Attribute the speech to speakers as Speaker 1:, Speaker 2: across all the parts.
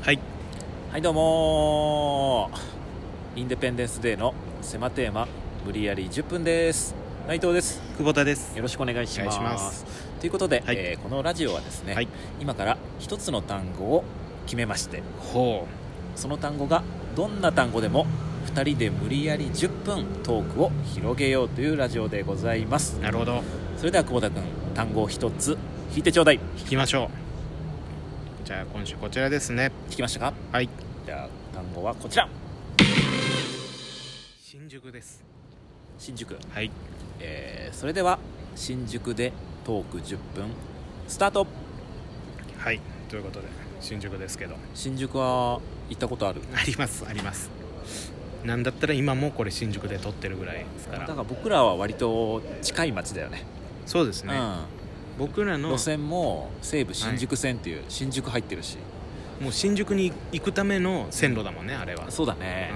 Speaker 1: はい
Speaker 2: はいどうもーインデペンデンスデーの狭テーマ無理やり10分です内藤です
Speaker 1: 久保田です
Speaker 2: よろしくお願いし
Speaker 1: お願
Speaker 2: ま
Speaker 1: い
Speaker 2: す
Speaker 1: します
Speaker 2: ということで、
Speaker 1: はい
Speaker 2: えーこのラジオはですね、
Speaker 1: はい
Speaker 2: 今から一つの単語を決めまして
Speaker 1: ほ
Speaker 2: その単語がどんな単語でも2人で無理やり10分トークを広げようというラジオでございます
Speaker 1: なるほど
Speaker 2: それでは久保田君単語を1つ引いてちょうだい
Speaker 1: 聞きましょうじゃあ今週こちらですね
Speaker 2: 聞きましたか
Speaker 1: はい
Speaker 2: じゃあ単語はこちら
Speaker 1: 新宿です
Speaker 2: 新宿
Speaker 1: はい
Speaker 2: えーそれでは新宿でトーク10分スタート
Speaker 1: はいということで新宿ですけど
Speaker 2: 新宿は行ったことある
Speaker 1: ありますありますなんだったら今もこれ新宿で撮ってるぐらいですか
Speaker 2: だからら僕らは割と近い町だよね
Speaker 1: そうですね、僕ら
Speaker 2: うん、
Speaker 1: の
Speaker 2: 路線も西武新宿線っていう、新宿入ってるし
Speaker 1: もう新宿に行くための線路だもんねあれは、
Speaker 2: そうだね、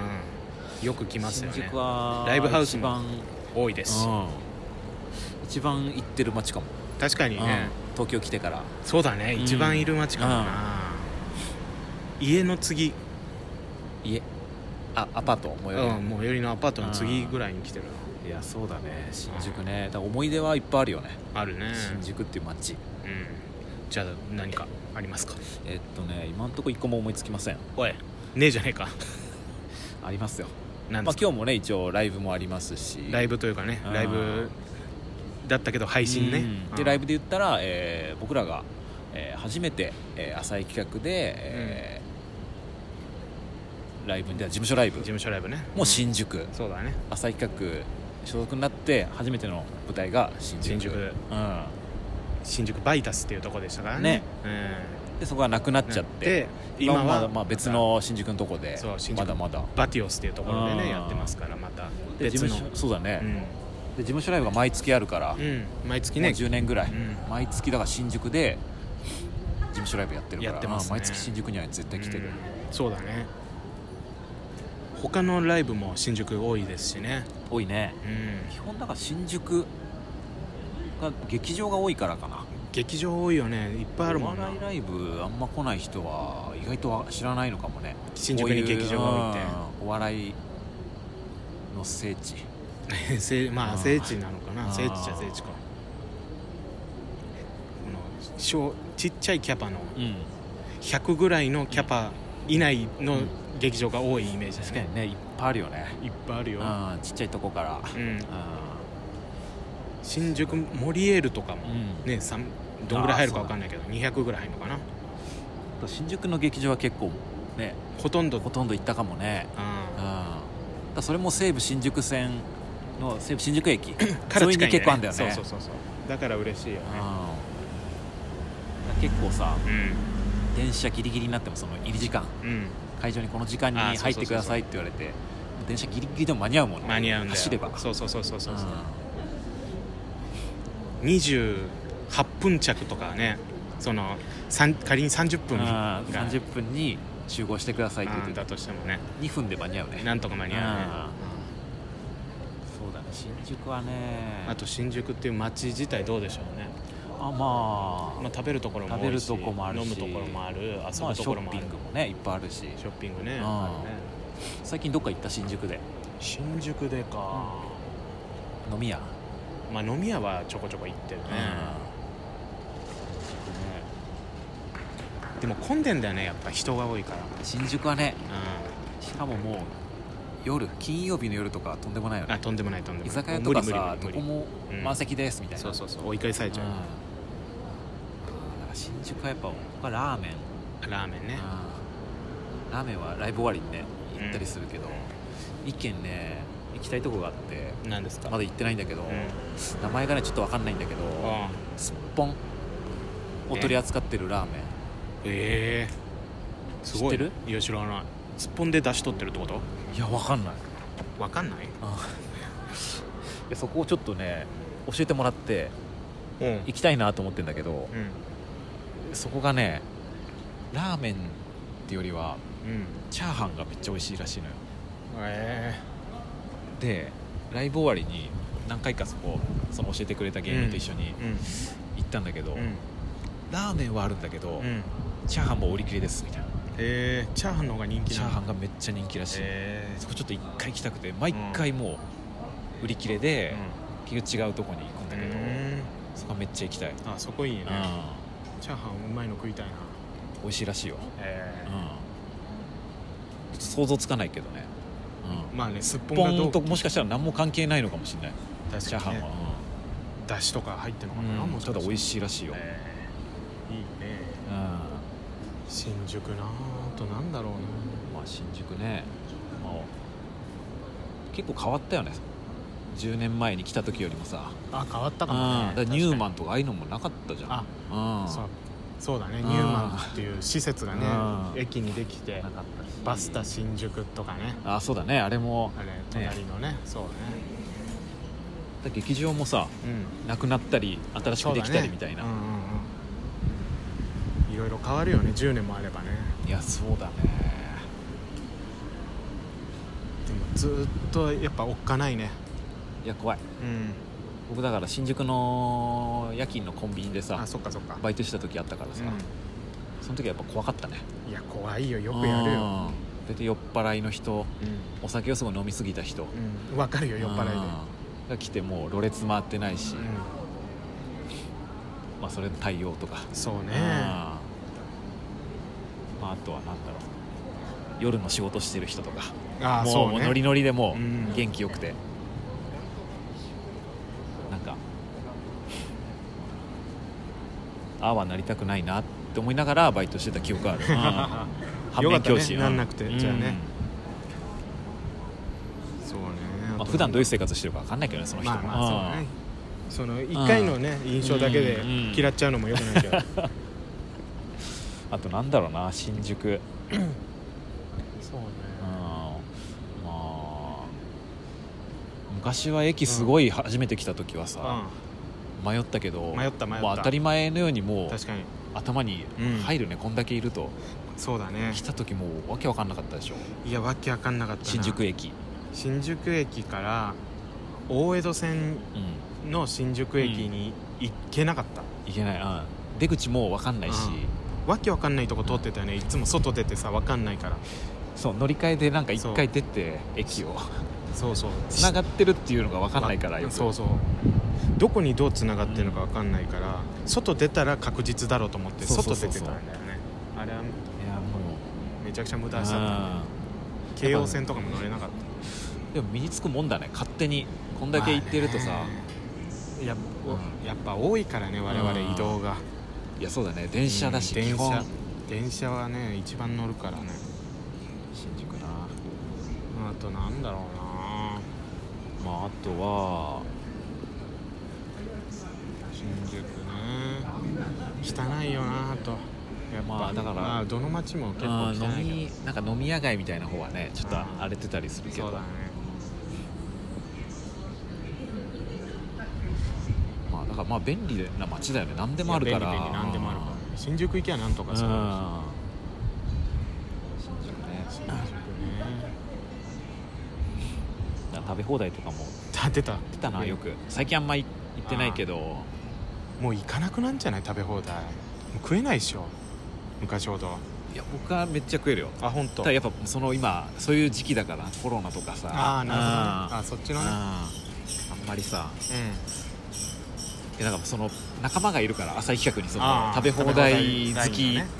Speaker 1: うん、よく来ますよ
Speaker 2: 新
Speaker 1: ね
Speaker 2: 宿は
Speaker 1: ライブハウス
Speaker 2: 一
Speaker 1: も
Speaker 2: 番、うん、
Speaker 1: 多いですし
Speaker 2: 一番行ってる町かも、
Speaker 1: 確かにね、
Speaker 2: うん東京来てから
Speaker 1: そうだね
Speaker 2: うん
Speaker 1: 一番いる街かもな、家の次、
Speaker 2: 家あアパート思
Speaker 1: う
Speaker 2: い
Speaker 1: ん
Speaker 2: より、、
Speaker 1: もうよりのアパートの次ぐらいに来てる
Speaker 2: いやそうだね新宿ねだから思い出はいっぱいあるよね、
Speaker 1: あるね
Speaker 2: 新宿っていう町
Speaker 1: うんじゃあ何かありますか
Speaker 2: えっとね今んとこ一個も思いつきません
Speaker 1: おいねえじゃねえか
Speaker 2: ありますよ、
Speaker 1: なん
Speaker 2: ま
Speaker 1: で
Speaker 2: あ
Speaker 1: す、か、
Speaker 2: 今日もね一応ライブもありますし
Speaker 1: ライブというかね
Speaker 2: うん
Speaker 1: ライブだったけど配信ね
Speaker 2: うん
Speaker 1: う
Speaker 2: で
Speaker 1: ん
Speaker 2: ライブで言ったら、えー僕らが、えー初めて、えー浅い企画で、えーライブに出た事務所ライブ
Speaker 1: 事務所ライブね
Speaker 2: もう新宿、
Speaker 1: うんそうだね
Speaker 2: 浅い企画所属になって初めての舞台が新宿
Speaker 1: 新宿
Speaker 2: う
Speaker 1: 新宿バイタスっていうとこでしたからね
Speaker 2: ね
Speaker 1: うん
Speaker 2: ん、でそこがなくなっちゃって
Speaker 1: で今は
Speaker 2: まだまあ別の新宿のとこで
Speaker 1: そう新宿
Speaker 2: まだまだ
Speaker 1: バティオスっていうところで
Speaker 2: あー
Speaker 1: ねやってますからまた
Speaker 2: で事
Speaker 1: 別の
Speaker 2: 務所そうだね、
Speaker 1: う
Speaker 2: で
Speaker 1: ん
Speaker 2: 事務所ライブが毎月あるから、
Speaker 1: うん毎月
Speaker 2: もう
Speaker 1: ね
Speaker 2: 10年ぐらい、
Speaker 1: うん
Speaker 2: 毎月だから新宿で事務所ライブやってるから
Speaker 1: やってますね
Speaker 2: あ毎月新宿には絶対来てる、
Speaker 1: うんそうだね他のライブも新宿多いですしね
Speaker 2: 多いね
Speaker 1: うん
Speaker 2: 基本だから新宿が劇場が多いからかな
Speaker 1: 劇場多いよねいっぱいあるもん
Speaker 2: お
Speaker 1: な
Speaker 2: 笑いライブあんま来ない人は意外とは知らないのかもね
Speaker 1: 新宿に劇場が多い
Speaker 2: こういううんお笑いの聖地
Speaker 1: って せま
Speaker 2: あ
Speaker 1: あ
Speaker 2: ー
Speaker 1: 聖地なのかな
Speaker 2: あー
Speaker 1: 聖地じゃ聖地かこの小ちっちゃいキャパの
Speaker 2: うん
Speaker 1: 100ぐらいのキャパ以内の
Speaker 2: うん
Speaker 1: 劇場が多いイメージです
Speaker 2: 確か
Speaker 1: ね
Speaker 2: にねいっぱいあるよね
Speaker 1: いっぱいあるよ、
Speaker 2: うんちっちゃいとこから
Speaker 1: うん、
Speaker 2: う
Speaker 1: 新宿モリエールとかも
Speaker 2: ん、うん
Speaker 1: ねさんどんぐらい入るか分かんないけど200ぐらい入るのかな
Speaker 2: 新宿の劇場は結構ね
Speaker 1: ほとんど
Speaker 2: ほとんど行ったかもね
Speaker 1: あ
Speaker 2: う
Speaker 1: ー
Speaker 2: んだからそれも西武新宿線の西武新宿駅
Speaker 1: から近い
Speaker 2: 沿いに結構あんだよね
Speaker 1: そうそうそうそうだから嬉しいよね
Speaker 2: うん結構さ
Speaker 1: う
Speaker 2: 電車ギリギリになってもその入り時間
Speaker 1: んうん
Speaker 2: 会場にこの時間に
Speaker 1: あーそう
Speaker 2: 入っ
Speaker 1: そうそうそう
Speaker 2: てくださいって言われて電車ギリギリでも間に合うもんね
Speaker 1: 間に合うんだよ
Speaker 2: 走れば
Speaker 1: そうそうそうそうそう
Speaker 2: うん
Speaker 1: 28分着とかねそのさん仮に30分が
Speaker 2: あー30分に集合してくださいって
Speaker 1: う
Speaker 2: 言
Speaker 1: ん
Speaker 2: って
Speaker 1: だとしてもね
Speaker 2: 2分で間に合うね
Speaker 1: なんとか間に合うね
Speaker 2: そうだね新宿はね
Speaker 1: あと新宿っていう街自体どうでしょうね、
Speaker 2: あまあ、
Speaker 1: まあ、食べるところも多いし
Speaker 2: 食べるとこもあるし
Speaker 1: 飲むところもある遊
Speaker 2: ま
Speaker 1: ぶ
Speaker 2: あ
Speaker 1: と
Speaker 2: シ
Speaker 1: こ
Speaker 2: ョ
Speaker 1: ろも
Speaker 2: ッ
Speaker 1: あ
Speaker 2: ピ
Speaker 1: る、
Speaker 2: ングもねいっぱいあるし
Speaker 1: ショッピングね
Speaker 2: うん
Speaker 1: あるね
Speaker 2: 最近どっか行った新宿で
Speaker 1: 新宿でか、
Speaker 2: 飲み屋、
Speaker 1: まあ飲み屋はちょこちょこ行ってるね、でも混んでんだよねやっぱ人が多いから、
Speaker 2: 新宿はね
Speaker 1: う
Speaker 2: しかももう夜金曜日の夜とかとんでもないよ
Speaker 1: ん、あ
Speaker 2: ね
Speaker 1: とんでもないとんでもない
Speaker 2: 居酒屋と
Speaker 1: 無
Speaker 2: か
Speaker 1: 理
Speaker 2: さ
Speaker 1: 無理無理無理
Speaker 2: どこも
Speaker 1: うん
Speaker 2: 満席ですみたいな、
Speaker 1: そうそうそう追い返されちゃう、
Speaker 2: うんなんか新宿はやっぱ僕はラーメン、
Speaker 1: ラーメンね
Speaker 2: うんラーメンはライブ終わりにね行ったりするけど、一軒ね行きたいとこがあって
Speaker 1: 何ですか
Speaker 2: まだ行ってないんだけど、
Speaker 1: うん
Speaker 2: 名前がねちょっと分かんないんだけど
Speaker 1: ああ
Speaker 2: すっぽんを取り扱ってるラーメン
Speaker 1: ええすごい
Speaker 2: 知って
Speaker 1: いや知らないすっぽんで出し取ってるってこと
Speaker 2: いや分かんない
Speaker 1: わかんない
Speaker 2: でそこをちょっとね教えてもらって
Speaker 1: うん、うん、
Speaker 2: 行きたいなと思ってんだけどそこがねラーメンっていうよりは
Speaker 1: うん
Speaker 2: チャーハンがめっちゃ美味しいらしいのよ
Speaker 1: え
Speaker 2: でライブ終わりに何回かそこその教えてくれた芸人と一緒に
Speaker 1: えうん
Speaker 2: 行ったんだけど、ラーメンはあるんだけど、
Speaker 1: うん
Speaker 2: チャーハンも売り切れですみたいな
Speaker 1: えー、チャーハンの方が人気
Speaker 2: チ
Speaker 1: な
Speaker 2: ャー
Speaker 1: の
Speaker 2: ハンがめっちゃ人気らしい、
Speaker 1: え
Speaker 2: そこちょっと一回行きたくて毎回もう売り切れで、結局違うとこに行くんだ
Speaker 1: ー、う
Speaker 2: けど、
Speaker 1: ん
Speaker 2: そこはめっちゃ行きたい、
Speaker 1: あそこいいね
Speaker 2: うん
Speaker 1: チャーハンうまいの食いたいな
Speaker 2: 美味しいらしいよ、
Speaker 1: え
Speaker 2: うん、ちょっと想像つかないけどね、
Speaker 1: ーまあねすっ
Speaker 2: う
Speaker 1: ぽ
Speaker 2: ん、
Speaker 1: んがど
Speaker 2: ポン
Speaker 1: う
Speaker 2: ともしかしたら何も関係ないのかもしれないチャー
Speaker 1: 確か
Speaker 2: ハン
Speaker 1: に、
Speaker 2: は
Speaker 1: ね、、だしとか入ってるのかな、
Speaker 2: うん
Speaker 1: もし
Speaker 2: た
Speaker 1: か
Speaker 2: だ美味
Speaker 1: し
Speaker 2: しいらしい
Speaker 1: い
Speaker 2: よ、
Speaker 1: えーいいね
Speaker 2: うん
Speaker 1: 新宿なあとなんだろうな
Speaker 2: まあ新宿ね、まあ、結構変わったよね10年前に来た時よりもさ、
Speaker 1: あ変わったか
Speaker 2: うん、だか
Speaker 1: もね
Speaker 2: らニューマ
Speaker 1: ン
Speaker 2: ンとかああいうのもなかったじゃん
Speaker 1: あ
Speaker 2: うん
Speaker 1: そうそうだね
Speaker 2: ん
Speaker 1: ニューマンっていう施設がね
Speaker 2: うん
Speaker 1: 駅にできて
Speaker 2: なかったし
Speaker 1: バスタ新宿とかね
Speaker 2: あそうだねあれも
Speaker 1: あれ隣のねそうね
Speaker 2: 劇場もさ
Speaker 1: うん
Speaker 2: なくなったり新しくできたりみたいな、
Speaker 1: そうだねうんうんうんいろいろ変わるよね10年もあればね
Speaker 2: いやそうだね
Speaker 1: でもずーっとやっぱおっかないね
Speaker 2: いや怖い
Speaker 1: うん
Speaker 2: 僕だから新宿の夜勤のコンビニでさ
Speaker 1: あそっかそっか
Speaker 2: バイトした時あったからさ、
Speaker 1: う
Speaker 2: その時はやっぱ怖かったね
Speaker 1: んいや怖いよよくやるよ
Speaker 2: うん大体酔っ払いの人お酒をすごい飲みすぎた人
Speaker 1: うんうんわかるよ酔っ払いで
Speaker 2: うんが来てもうろれつ回ってないし、
Speaker 1: う
Speaker 2: まあ、それの対応と
Speaker 1: ん
Speaker 2: か、
Speaker 1: そう
Speaker 2: うん
Speaker 1: ね
Speaker 2: まあ、あとはなんだろう夜の仕事してる人とか
Speaker 1: ああ
Speaker 2: もう
Speaker 1: そう
Speaker 2: もうノリ
Speaker 1: ね
Speaker 2: ノリでも
Speaker 1: うん
Speaker 2: う元気よくて、なんかああはなりたくないなって思いながらバイトしてた記憶ある、うん 反
Speaker 1: よか
Speaker 2: 面
Speaker 1: った
Speaker 2: 教師
Speaker 1: ねなんなくて
Speaker 2: うん
Speaker 1: じゃあねそうね
Speaker 2: まあ、普段どういう
Speaker 1: 人
Speaker 2: 生活してるか分かんないけどねその人
Speaker 1: まあ
Speaker 2: も、
Speaker 1: まあそうねその1回のね印象だけで
Speaker 2: うん
Speaker 1: 嫌っちゃうのもよく ないけど
Speaker 2: うんあとなんだろうな新宿
Speaker 1: そうね
Speaker 2: うんまあ昔は駅すごい初めて来た時はさ、迷ったけど
Speaker 1: 迷った迷った
Speaker 2: まあ、当たり前のようにも
Speaker 1: うん
Speaker 2: う
Speaker 1: 確かに
Speaker 2: 頭に
Speaker 1: うん
Speaker 2: 入るね、こんだけいると
Speaker 1: そうだね
Speaker 2: 来た時もうわけわかんなかったでしょ
Speaker 1: いやわけわかんなかったな
Speaker 2: 新宿駅、
Speaker 1: 新宿駅から大江戸線
Speaker 2: うん、
Speaker 1: の新宿駅に行けなかった、
Speaker 2: 行けない、うん、出口もわかんないし、
Speaker 1: わけわかんないとこ通ってたよねいつも外出てさわかんないから
Speaker 2: そう乗り換えでなんか一
Speaker 1: そう
Speaker 2: 回出て駅を
Speaker 1: そうそう
Speaker 2: つながってるっていうのがわかんないからよく
Speaker 1: そうそうどこにどうつながってるのかわかんないから、外出たら確実だろうと思って
Speaker 2: そう
Speaker 1: 外
Speaker 2: そうそ
Speaker 1: 出
Speaker 2: う
Speaker 1: て
Speaker 2: そう
Speaker 1: たんだよねあれはい
Speaker 2: やもう
Speaker 1: めちゃくちゃ無駄しちゃったね京葉線とかも乗れなかっ
Speaker 2: うんでも身につくもんだね勝手にこん
Speaker 1: た
Speaker 2: だけ行ってるとさ、
Speaker 1: まあねやっ
Speaker 2: う
Speaker 1: やっぱ多いからね我々移動が
Speaker 2: いやそうだね電車だし、
Speaker 1: うん
Speaker 2: 基
Speaker 1: 電
Speaker 2: 本
Speaker 1: 車電車はね一番乗るからね
Speaker 2: 新宿な
Speaker 1: あとなんだろうな
Speaker 2: まああとは
Speaker 1: 新宿ね汚いよなあとやっぱ、
Speaker 2: まあだから
Speaker 1: まあどの街も結構汚
Speaker 2: あ
Speaker 1: いけど
Speaker 2: ー飲みなんか飲み屋街みたいな方はねちょっと荒れてたりするけ
Speaker 1: そ
Speaker 2: ど
Speaker 1: うだね
Speaker 2: まあだからまあ便利な街だよね何でもあるから
Speaker 1: いや便利便利何でもあるから新宿行きゃなんと
Speaker 2: う
Speaker 1: か
Speaker 2: ん
Speaker 1: さ
Speaker 2: 新宿
Speaker 1: 新
Speaker 2: ね
Speaker 1: 宿ね
Speaker 2: だから食べ放題とかも
Speaker 1: 立てた
Speaker 2: 来たなよく最近あんまい行ってないけど
Speaker 1: もう行かなくなんじゃない食べ放題もう食えないでしょ昔ほど
Speaker 2: いや僕はめっちゃ食えるよ
Speaker 1: あ本
Speaker 2: た
Speaker 1: 当
Speaker 2: だやっぱその今そういう時期だからコロナとかさ
Speaker 1: ああなるほどねあ
Speaker 2: あ
Speaker 1: そっち
Speaker 2: あ
Speaker 1: のね
Speaker 2: あんまりさ
Speaker 1: う
Speaker 2: いやだからその仲間がいるから朝日企画にそ
Speaker 1: あ
Speaker 2: の
Speaker 1: ー
Speaker 2: 食べ放題好
Speaker 1: 食べ放題ライン
Speaker 2: き、
Speaker 1: がね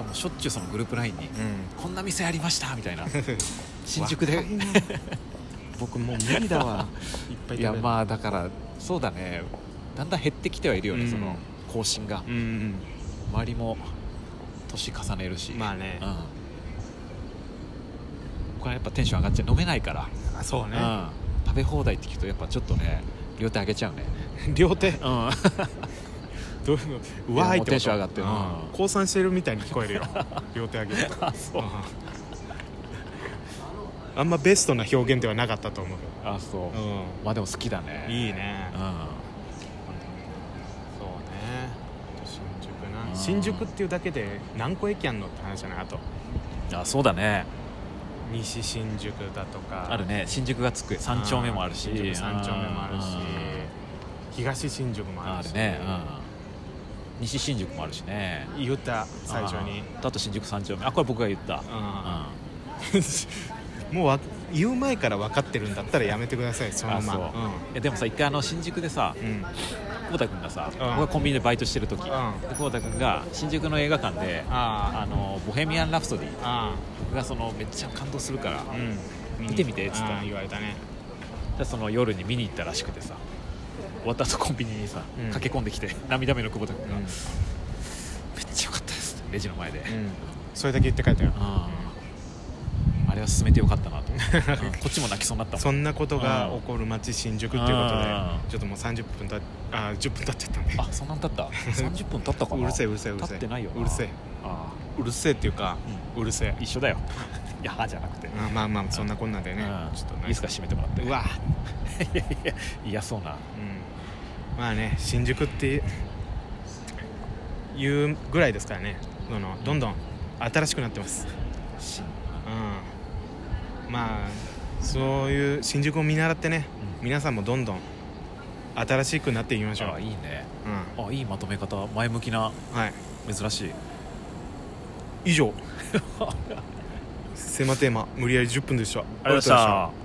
Speaker 2: うん、もうしょっちゅうそのグループ LINE に
Speaker 1: ん
Speaker 2: 「こんな店ありました」みたい な
Speaker 1: うん
Speaker 2: 新宿で
Speaker 1: 若いな 僕もう無理だわいっぱい食べる
Speaker 2: いやまあだからそうだねだんだん減ってきてはいるよね、
Speaker 1: うん
Speaker 2: その更新が
Speaker 1: うんうん
Speaker 2: 周りも年重ねるし
Speaker 1: まあね
Speaker 2: うん、これはやっぱテンション上がっちゃう飲めないから、
Speaker 1: あそうね、
Speaker 2: うん、食べ放題って聞くとやっぱちょっとね両手上げちゃうね
Speaker 1: 両手
Speaker 2: うん
Speaker 1: どういうのうわーいってこと
Speaker 2: テンション上がってる
Speaker 1: う
Speaker 2: うん
Speaker 1: 降参してるみたいに聞こえ るよ両手上げると
Speaker 2: あそう
Speaker 1: うんあんまベストな表現ではなかったと思うけ
Speaker 2: あそう、
Speaker 1: ど、
Speaker 2: まあでも好きだね
Speaker 1: いいね
Speaker 2: うん
Speaker 1: そうね新宿な、
Speaker 2: うん
Speaker 1: 新宿っていうだけで何個駅あんのって話じゃないあと
Speaker 2: あそうだね
Speaker 1: 西新宿だとか
Speaker 2: あるね新宿がつく
Speaker 1: うん
Speaker 2: 三丁目もあるし
Speaker 1: 新宿三丁目もあるし
Speaker 2: うん
Speaker 1: 東新宿もあ
Speaker 2: あ
Speaker 1: るし
Speaker 2: るね西新宿もあるしね
Speaker 1: 言った最初に
Speaker 2: あーあと新宿三丁目あこれ僕が言った、
Speaker 1: あ
Speaker 2: う
Speaker 1: ーもうわ言う前から分かってるんだったらやめてくださいそのまま
Speaker 2: あそういやでもさ一回あの新宿でさ
Speaker 1: うんうん
Speaker 2: 久保田君がさ、
Speaker 1: ん
Speaker 2: 僕がコンビニでバイトしてる時、
Speaker 1: ん
Speaker 2: で久保田君が新宿の映画館で「
Speaker 1: あ
Speaker 2: あのボヘミアン・ラプソディ
Speaker 1: ーあ」
Speaker 2: がそのめっちゃ感動するから
Speaker 1: ーうん
Speaker 2: 見てみてっつった
Speaker 1: あー言われたね
Speaker 2: でその夜に見に行ったらしくてさ終わった後コンビニにさ、
Speaker 1: うん
Speaker 2: 駆け込んできて涙目の久保田君
Speaker 1: う
Speaker 2: が、
Speaker 1: ん
Speaker 2: めっちゃ良かったですってレジの前で、
Speaker 1: うんそれだけ言って帰ったよ
Speaker 2: ああれは進めてよかっ たなと思って、うんこっちも泣きそうになったもん
Speaker 1: そんなことが起こる街新宿っていうことで
Speaker 2: あー
Speaker 1: ちょっともう30分たあー10分経っちゃったんで
Speaker 2: あそんなん経った30分経ったかな
Speaker 1: うるせえうるせえうるせ
Speaker 2: 経
Speaker 1: え
Speaker 2: ってないよな
Speaker 1: うるせえ
Speaker 2: あ
Speaker 1: うるせえっていうかうるせえ
Speaker 2: あ一緒 だよいやじゃなくて、
Speaker 1: あまあまあそんなこんなでね
Speaker 2: うん
Speaker 1: ちょっと
Speaker 2: いい
Speaker 1: ね
Speaker 2: ですか閉めてもらって
Speaker 1: うわ
Speaker 2: いやいや嫌そうな
Speaker 1: うんまあね新宿っていうぐらいですからねそのどんどん新しくなってます
Speaker 2: し
Speaker 1: うんまあそういう新宿を見習ってね
Speaker 2: うん
Speaker 1: 皆さんもどんどん新しくなっていきましょう
Speaker 2: あいいね
Speaker 1: う
Speaker 2: あいいまとめ方前向きなん
Speaker 1: はい
Speaker 2: 珍しい
Speaker 1: 以上狭テーマ無理やり10分でしたあ
Speaker 2: ありがとうございました